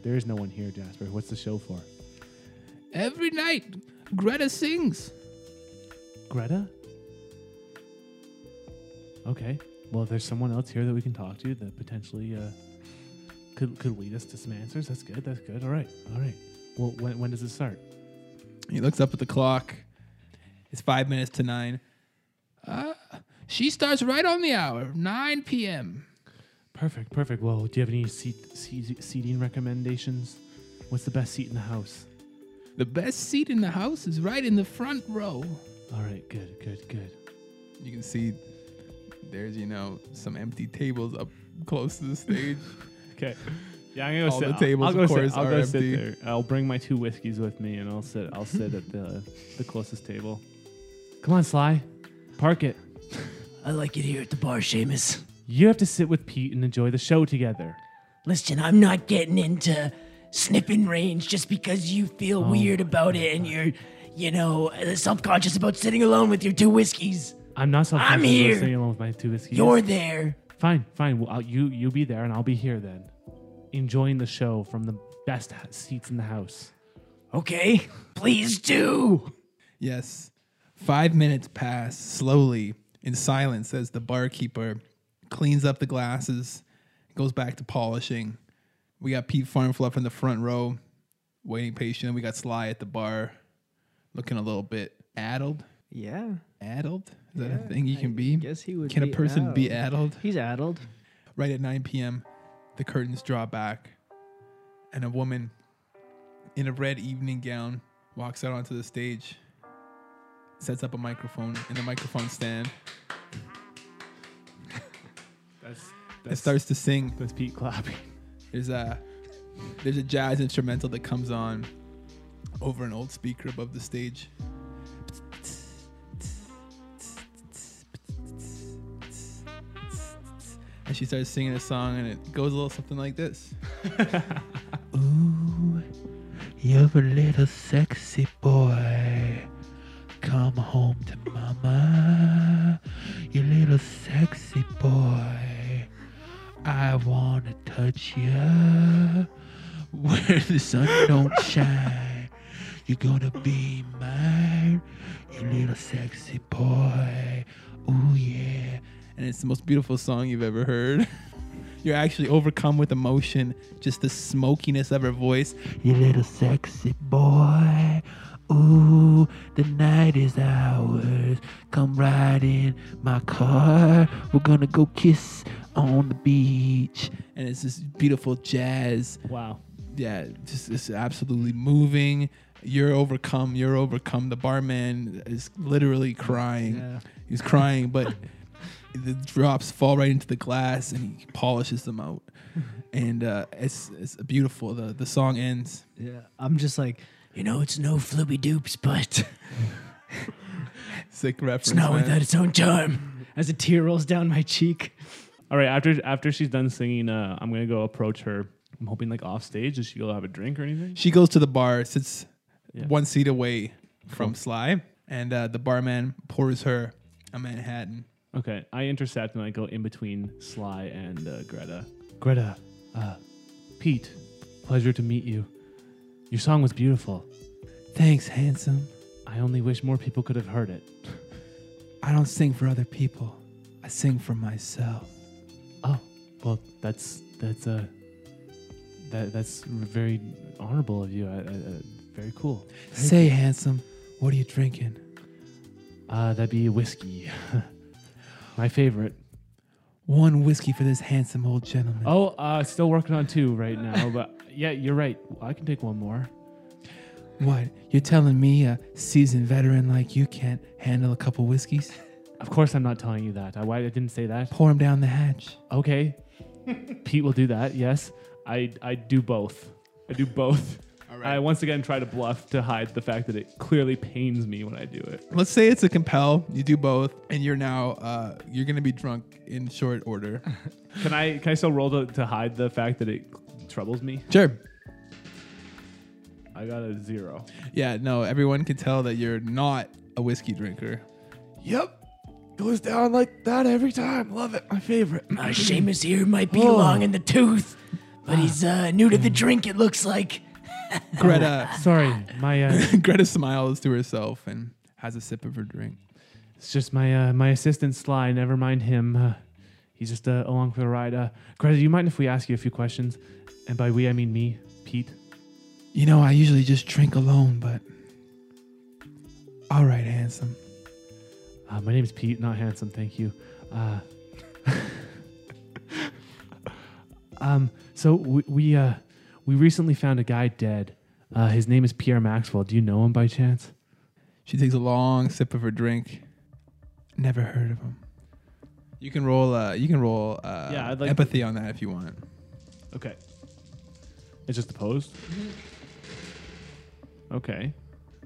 There is no one here, Jasper. What's the show for?
Every night, Greta sings.
Greta? Okay. Well, if there's someone else here that we can talk to that potentially uh, could could lead us to some answers. That's good. That's good. All right. All right. Well, when, when does it start?
He looks up at the clock. It's five minutes to nine.
She starts right on the hour, 9 p.m.
Perfect. Perfect. Well, do you have any seat, seat seating recommendations? What's the best seat in the house?
The best seat in the house is right in the front row.
All right. Good. Good. Good.
You can see there's, you know, some empty tables up close to
[laughs]
the stage.
Okay. Yeah, I'm gonna go
All
sit.
the
I'll-
tables,
I'll,
of
go
course,
sit. I'll
are
go
empty.
sit there. I'll bring my two whiskeys with me, and I'll sit. I'll sit at the the closest table. Come on, Sly, park it.
I like it here at the bar, Seamus.
You have to sit with Pete and enjoy the show together.
Listen, I'm not getting into sniffing range just because you feel
Oh
weird about it and you're, you know, self-conscious about sitting alone with your two whiskeys.
I'm not self
I'm here.
Sitting alone with my two whiskeys.
You're there.
fine, fine. Well, I'll, you you be there, and I'll be here then, enjoying the show from the best ha- seats in the house.
Okay, please do.
Yes. Five minutes pass slowly in silence as the barkeeper cleans up the glasses, goes back to polishing. We got Pete Farnfluff in the front row, waiting patient. We got Sly at the bar, looking a little bit addled.
Yeah.
Addled? Is that a thing you can be?
Guess he would.
Can a
be
person be addled?
He's addled.
Right at 9 p.m., the curtains draw back, and a woman in a red evening gown walks out onto the stage, sets up a microphone in the microphone stand,
That's
and
that's,
starts to sing.
that's Pete clapping.
There's a there's a jazz instrumental that comes on over an old speaker above the stage. And she starts singing a song and it goes a little something like this.
Ooh, you're a little sexy boy. Come home to mama. You little sexy boy. I wanna touch you. Where the sun
[laughs]
don't shine. You're gonna be mine. You little sexy boy. Ooh yeah.
and it's the most beautiful song you've ever heard. You're actually overcome with emotion, just the smokiness of her voice.
You little sexy boy. Ooh, the night is ours. Come ride in my car. We're gonna go kiss on the beach.
And it's this beautiful jazz.
Wow.
Yeah, just it's absolutely moving. You're overcome. You're overcome. The barman is literally crying.
Yeah.
He's crying, but the drops fall right into the glass, and he polishes them [laughs] out. And uh, it's it's beautiful. The the song ends.
Yeah. I'm just like,
You know, it's no floopy dupes,
[laughs]
but [laughs]
Sick reference.
it's not
man.
without its own charm.
as a tear rolls down my cheek.
All right. After after she's done singing, uh, I'm gonna go approach her. I'm hoping like off stage. Does she go have a drink or anything?
She goes to the bar, sits
Yeah.
one seat away from Sly, and uh, the barman pours her a Manhattan.
Okay. I intercept and I go in between Sly and uh, Greta. Greta, uh, Pete, pleasure to meet you. Your song was beautiful.
Thanks, handsome.
I only wish more people could have heard it.
I don't sing for other people. I sing for myself.
Oh, well, that's that's uh, that that's very honorable of you. I, I, uh, very cool.
Say, handsome, what are you drinking?
Uh, that'd be whiskey. [laughs] My favorite.
One whiskey for this handsome old gentleman.
Oh, uh, still working on two
[laughs]
right now, but yeah, you're right. I can take one more.
What? You're telling me a seasoned veteran like you can't handle a couple whiskeys?
Of course, I'm not telling you that. I, why I didn't say that.
Pour him down the hatch. [laughs]
Okay, Pete will do that. Yes, I I do both. I do both.
All
I once again try to bluff to hide the fact that it clearly pains me when I do it.
Let's say it's a compel. You do both, and you're now uh, you're gonna be drunk in short
[laughs]
order.
Can I can I still roll to, to hide the fact that it troubles me?
sure.
I got a zero.
Yeah, no, everyone can tell that you're not a whiskey drinker.
Yep. Goes down like that every time. Love it. My favorite.
Oh.
Our uh,
Mm.
Seamus here might be long in the tooth, but he's uh, new to the drink, it looks like.
Greta
Oh, Sorry, my uh,
[laughs] Greta smiles to herself and has a sip of her drink.
it's just my uh, my assistant Sly. Never mind him. Uh, he's just uh, along for the ride. Uh, Greta, do you mind if we ask you a few questions? And by we, I mean me, Pete.
You know, I usually just drink alone, but all right, handsome.
Uh, my name's Pete, not handsome. Thank you. Uh, [laughs] um, so we we, uh, we recently found a guy dead. Uh, his name is Pierre Maxwell. Do you know him by chance?
She takes a long sip of her drink. Never heard of him. You can roll. Uh, you can roll. Uh,
Yeah, I'd like
empathy on that if you want. [laughs]
Okay. It's just opposed. Okay.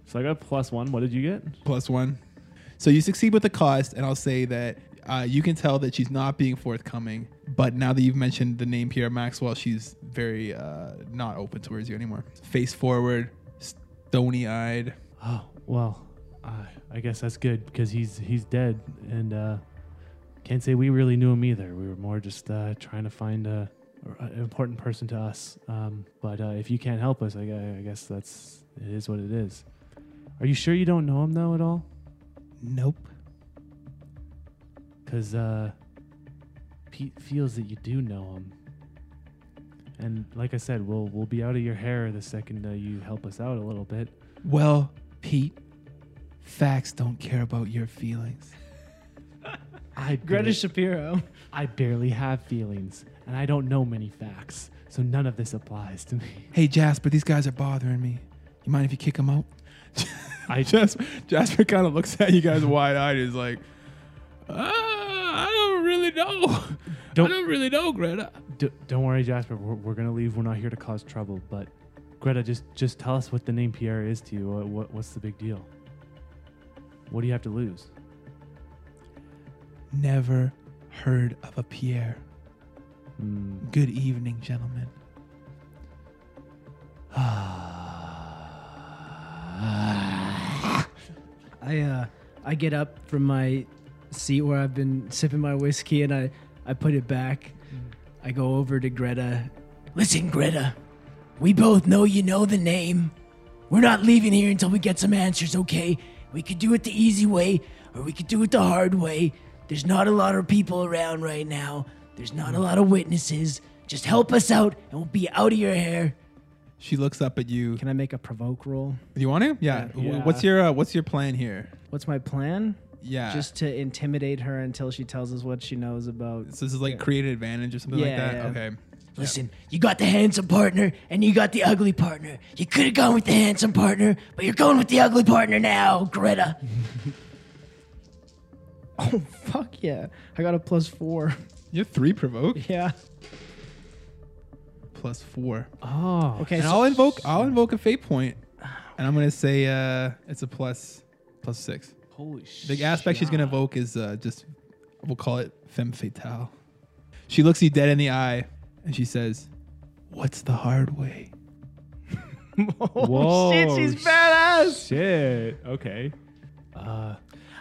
So I got plus one. What did you get?
Plus one. So you succeed with the cost, and I'll say that uh, you can tell that she's not being forthcoming. But now that you've mentioned the name Pierre Maxwell, she's very uh, not open towards you anymore. Face forward, stony eyed.
Oh well, I I guess that's good because he's he's dead, and uh, can't say we really knew him either. We were more just uh, trying to find a, a- an important person to us. Um, but uh, if you can't help us, I, gu- I guess that's it is what it is. Are you sure you don't know him though at all?
Nope.
Because uh, Pete feels that you do know him. And like I said, we'll we'll be out of your hair the second uh, you help us out a little bit.
Well, Pete, facts don't care about your feelings.
I
Greta
barely-
Shapiro.
I barely have feelings, and I don't know many facts, so none of this applies to me.
Hey, Jasper, these guys are bothering me. You mind if you kick them out?
I
Jasper, Jasper kind of looks at you guys wide eyed. Is like,
Uh, I don't really
[laughs]
know. I
Don't-
don't really know, Greta.
[laughs] d- don't worry, Jasper. We're, we're gonna leave. We're not here to cause trouble. But Greta, just just tell us what the name Pierre is to you. What, what what's the big deal? What do you have to lose?
never heard of a Pierre.
Hmm.
Good evening, gentlemen.
I uh, I get up from my seat where I've been sipping my whiskey and I, I put it back. I go over to Greta.
Listen, Greta, we both know you know the name. We're not leaving here until we get some answers, okay? We could do it the easy way, or we could do it the hard way. There's not a lot of people around right now, there's not
Mm.
a lot of witnesses. Just help us out, and we'll be out of your hair.
She looks up at you.
Can I make a provoke roll?
Do you want to? Yeah.
Yeah.
What's your uh, What's your plan here?
What's my plan?
Yeah.
Just to intimidate her until she tells us what she knows about.
so this is like create an advantage or something like
Yeah,
that.
yeah.
Okay.
Listen, you got the handsome partner, and you got the ugly partner. You could have gone with the handsome partner, but you're going with the ugly partner now, Greta.
[laughs] Oh fuck yeah! I got a plus four. [laughs]
You have three provoke
yeah.
plus four.
Oh,
Okay.
And
so-
I'll invoke I'll invoke a fate point, and I'm gonna say uh, it's a plus plus six.
holy shit.
The aspect she's gonna evoke is uh, just we'll call it femme fatale. She looks you dead in the eye, and she says, "What's the hard way?"
Whoa,
Oh, shit, she's badass.
shit. Okay. Uh,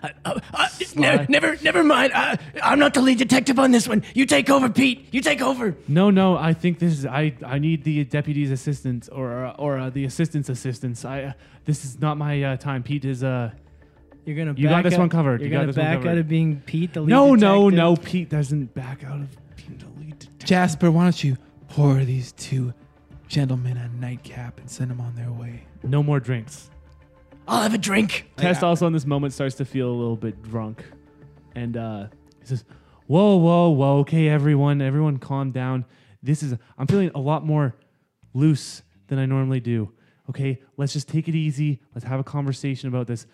Uh, uh, uh, ne- never, never mind. Uh, I'm not the lead detective on this one. You take over, Pete. You take over.
no, no. I think this is. I I need the deputy's assistance or or uh, the assistant's assistance. I uh, this is not my uh, time. Pete is uh.
You're gonna.
You got
back
this
out-
one covered.
You're
You got
gonna
this one
back
covered.
out of being Pete the lead.
No, no,
detective?
no. Pete doesn't back out of being the lead detective.
Jasper, why don't you pour these two gentlemen a nightcap and send them on their way?
No more drinks.
I'll have a drink.
Test also in this moment starts to feel a little bit drunk. And uh, he says, Whoa, whoa, whoa. Okay, everyone, everyone calm down. This is, I'm feeling a lot more loose than I normally do. Okay, let's just take it easy. Let's have a conversation about this.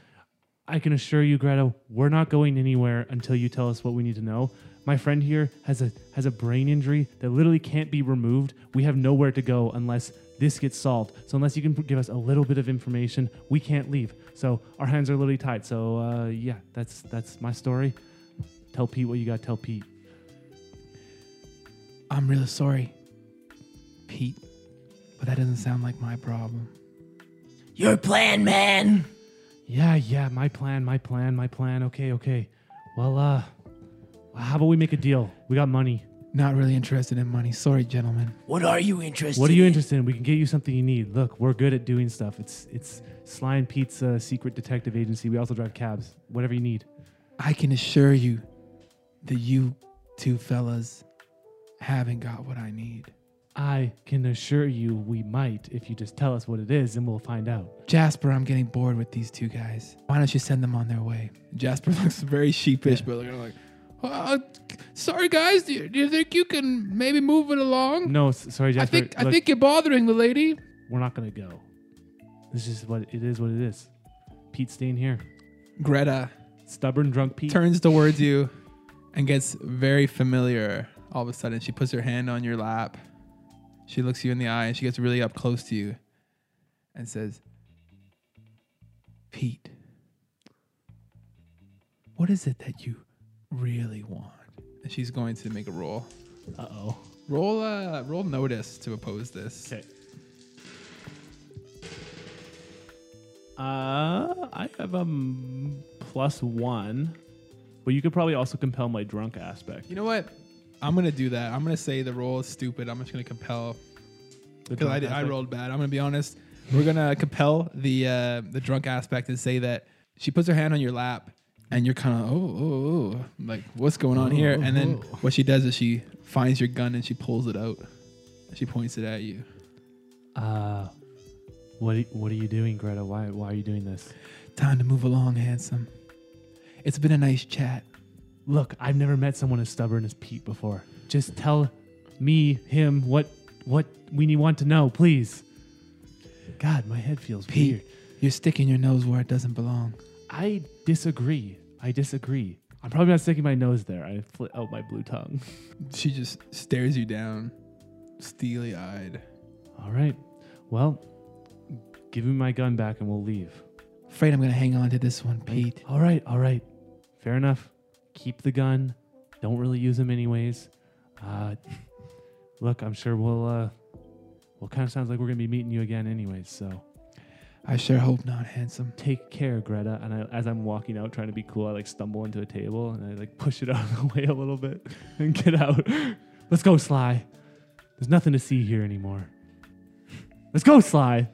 I can assure you, Greta, we're not going anywhere until you tell us what we need to know. My friend here has a has a brain injury that literally can't be removed. We have nowhere to go unless this gets solved. So unless you can give us a little bit of information, we can't leave. So our hands are literally tied. So uh, yeah, that's that's my story. Tell Pete what you got. to Tell Pete.
I'm really sorry, Pete, but that doesn't sound like my problem.
Your plan, man.
Yeah, yeah, my plan, my plan, my plan. Okay, okay. Well, uh, how about we make a deal? We got money.
Not really interested in money. Sorry, gentlemen.
What are you interested?
What are you
in?
interested in? We can get you something you need. Look, we're good at doing stuff. It's it's Slime Pizza Secret Detective Agency. We also drive cabs. Whatever you need.
I can assure you that you two fellas haven't got what I need.
I can assure you we might if you just tell us what it is and we'll find out.
Jasper, I'm getting bored with these two guys. Why don't you send them on their way? [laughs]
Jasper looks very sheepish, but like, like,
Uh, sorry, guys. Do you, do you think you can maybe move it along?
No, s- sorry,
I
Jasper.
think I
Look,
think you're bothering the lady.
we're not gonna go. This is what it is. What it is. Pete staying here.
Greta
Stubborn drunk Pete.
turns towards you and gets very familiar all of a sudden. She puts her hand on your lap. She looks you in the eye and she gets really up close to you and says, Pete, what is it that you really want? And she's going to make a roll.
Uh oh.
Roll uh roll notice to oppose this.
Okay. Uh, I have a m- plus one, but you could probably also compel my drunk aspect.
You know what? I'm gonna do that. I'm gonna say the roll is stupid. I'm just gonna compel
The
because I,
drunk
did- I
aspect.
rolled bad. I'm gonna be honest. We're gonna compel the uh, the drunk aspect and say that she puts her hand on your lap and you're kind of oh, oh oh like what's going on here? And then what she does is she finds your gun and she pulls it out. She points it at you. oh.
Uh, what are- what are you doing, Greta? Why why are you doing this?
Time to move along, handsome. It's been a nice chat.
Look, I've never met someone as stubborn as Pete before. Just tell me him what what we need want to know, please. God, my head feels
Pete,
weird.
you're sticking your nose where it doesn't belong.
I disagree. I disagree. I'm probably not sticking my nose there. I flit out my blue tongue. [laughs]
She just stares you down, steely eyed.
All right. Well, give me my gun back and we'll leave.
Afraid I'm gonna hang on to this one, Pete.
All right. All right. Fair enough. Keep the gun. Don't really use them anyways. Uh, [laughs] look, I'm sure we'll. Uh, well, kind of sounds like we're gonna be meeting you again anyways. So
I sure hope not, handsome.
take care, Greta. And I, as I'm walking out, trying to be cool, I like stumble into a table and I like push it [laughs] out of the way a little bit and get out. [laughs] Let's go, Sly. There's nothing to see here anymore. Let's go, Sly.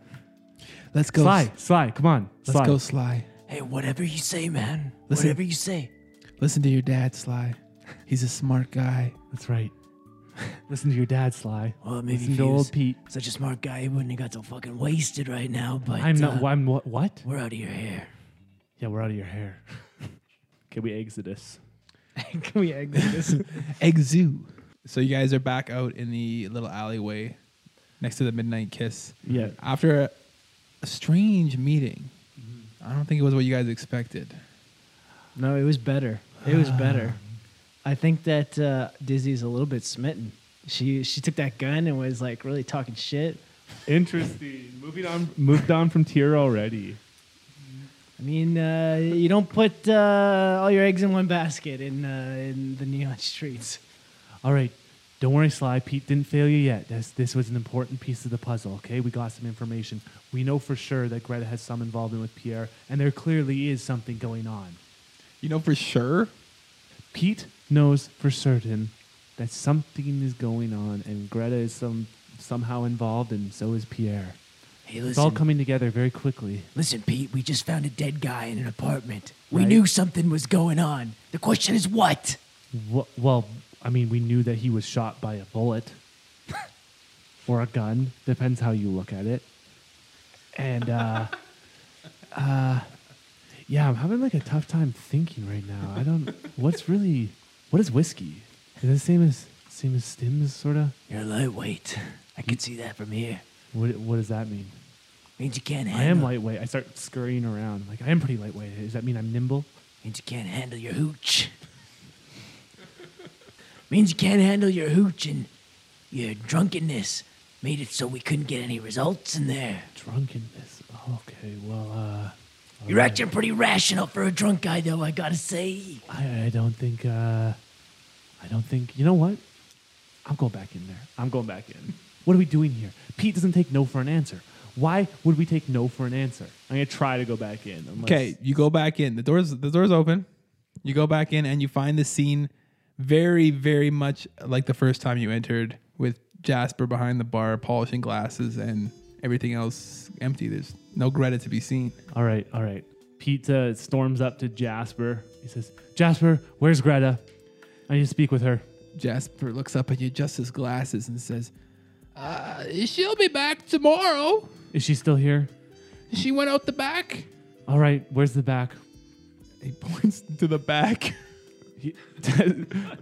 Let's go.
Sly, Sly, come on.
Let's
Sly.
go, Sly.
Hey, whatever you say, man.
Listen.
Whatever you say.
Listen to your dad, Sly. He's a smart guy.
That's right. [laughs] Listen to your dad, Sly.
Well, maybe
Listen
if
to
he was
old Pete.
such a smart guy, he wouldn't have got so fucking wasted right now. But
I'm not.
uh,
I'm what? What?
we're out of your hair.
Yeah, we're out of your hair. [laughs] Can we exodus?
Can we egg this?
Exu. So you guys are back out in the little alleyway next to the Midnight Kiss.
Yeah.
After a, a strange meeting, I don't think it was what you guys expected.
no, it was better. It
Ah.
was better. I think that uh, Dizzy's a little bit smitten. She she took that gun and was like really talking shit.
Interesting. Moving on. Moved on from tier already.
I mean, uh, you don't put uh, all your eggs in one basket in uh, in the neon streets.
All right. Don't worry, Sly. Pete didn't fail you yet. This, this was an important piece of the puzzle, okay? We got some information. We know for sure that Greta has some involvement with Pierre, and there clearly is something going on.
You know for sure?
Pete knows for certain that something is going on, and Greta is some, somehow involved, and so is Pierre.
Hey,
It's all
listen,
coming together very quickly.
listen, Pete. We just found a dead guy in an apartment. We
Right.
knew something was going on. The question is what?
Wh- Well, I mean, we knew that he was shot by a bullet or a gun. Depends how you look at it. And, uh, uh, yeah, I'm having like a tough time thinking right now. I don't, what's really, what is whiskey? Is it the same as, same as stims, sort of?
You're lightweight. I can see that from here.
What, what does that mean?
Means you can't
I
handle.
am lightweight. I start scurrying around. Like, I am pretty lightweight. Does that mean I'm nimble?
Means you can't handle your hooch. [laughs] Means you can't handle your hooch and your drunkenness made it so we couldn't get any results in there.
Drunkenness. Okay, well, uh,
You're acting pretty rational for a drunk guy, though, I gotta say.
I, I don't think. Uh, I don't think. You know what? I'm going back in there. I'm going back in. What are we doing here? Pete doesn't take no for an answer. Why would we take no for an answer? I'm gonna try to go back in. unless-
Okay, you go back in. The doors the doors open. You go back in and you find the scene very, very much like the first time you entered, with Jasper behind the bar polishing glasses and everything else empty. There's no Greta to be seen.
All right, all right. Pete uh, storms up to Jasper. He says, Jasper, where's Greta? I need to speak with her.
Jasper looks up at you, just his glasses, and says,
Uh, she'll be back tomorrow.
Is she still here?
She went out the back.
All right, where's the back?
[laughs] He points to the back.
He, [laughs] Tess,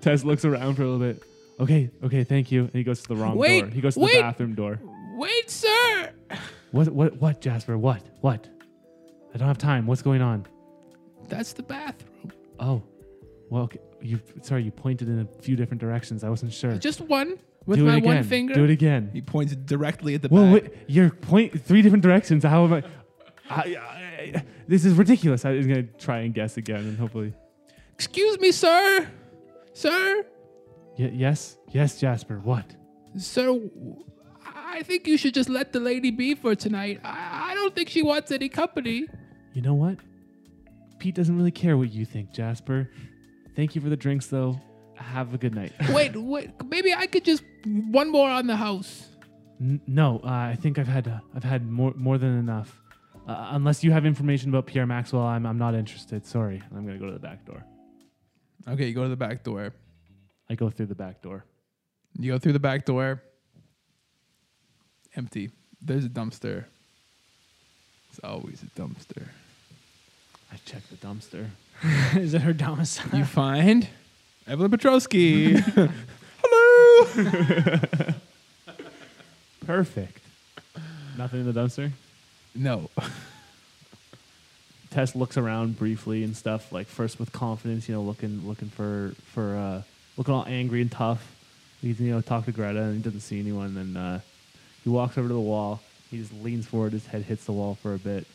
Tess looks around for a little bit. Okay, okay, thank you. And he goes to the wrong
Wait,
door. He goes to the
wait.
bathroom door.
Wait, sir.
What, what, what, Jasper? What, what? I don't have time. What's going on?
That's the bathroom.
Oh, well, okay. you. Sorry, you pointed in a few different directions. I wasn't sure.
Just one with
Do it
my
again.
one finger.
Do it again.
He points directly at the
Well,
back.
wait, you're point three different directions. How am I? I, I this is ridiculous. I was gonna try and guess again, and hopefully,
Excuse me, sir. Sir,
y- yes, yes, Jasper. What?
sir. I think you should just let the lady be for tonight. I, I don't think she wants any
[laughs]
company.
You know what? Pete doesn't really care what you think, Jasper. Thank you for the drinks, though. Have a good night.
Wait, wait. Maybe I could just one more on the house.
N- no, uh, I think I've had uh, I've had more more than enough. Uh, unless you have information about Pierre Maxwell, I'm I'm not interested. Sorry, I'm gonna go to the back door.
okay, you go to the back door.
I go through the back door.
You go through the back door. Empty. There's a dumpster. It's always a dumpster.
I check the dumpster. [laughs]
Is it her domicile?
You find Evelyn Petrosky. Hello.
Perfect. Nothing in the dumpster.
No.
Tess looks around briefly and stuff, like first with confidence, you know, looking looking for for uh, looking all angry and tough. He's you know talk to Greta and he doesn't see anyone. Then uh, he walks over to the wall. He just leans forward. His head hits the wall for a bit.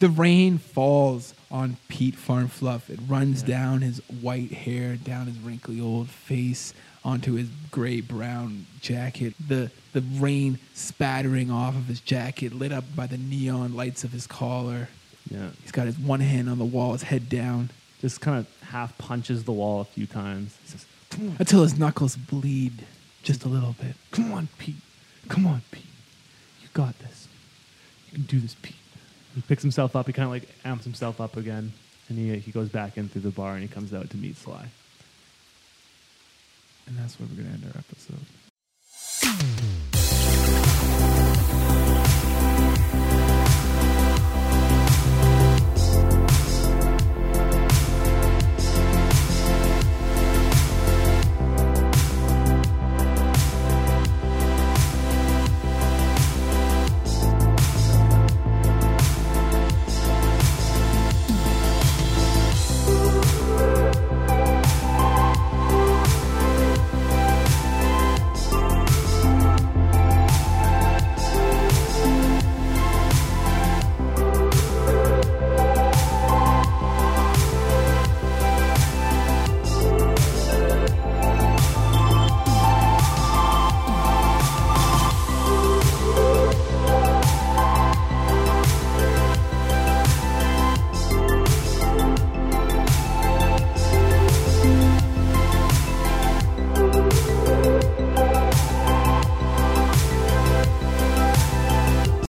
The rain falls on Pete Farnfluff. It runs down his white hair, down his wrinkly old face, onto his gray brown jacket. The the rain spattering off of his jacket, lit up by the neon lights of his collar.
Yeah,
He's got his one hand on the wall, his head down,
just kind of half punches the wall a few times. He says,
until his knuckles bleed just a little bit.
"Come on, Pete. Come on, Pete. You got this. You can do this, Pete." He picks himself up. He kind of like amps himself up again, and he he goes back in through the bar and he comes out to meet Sly.
And that's where we're gonna end our episode.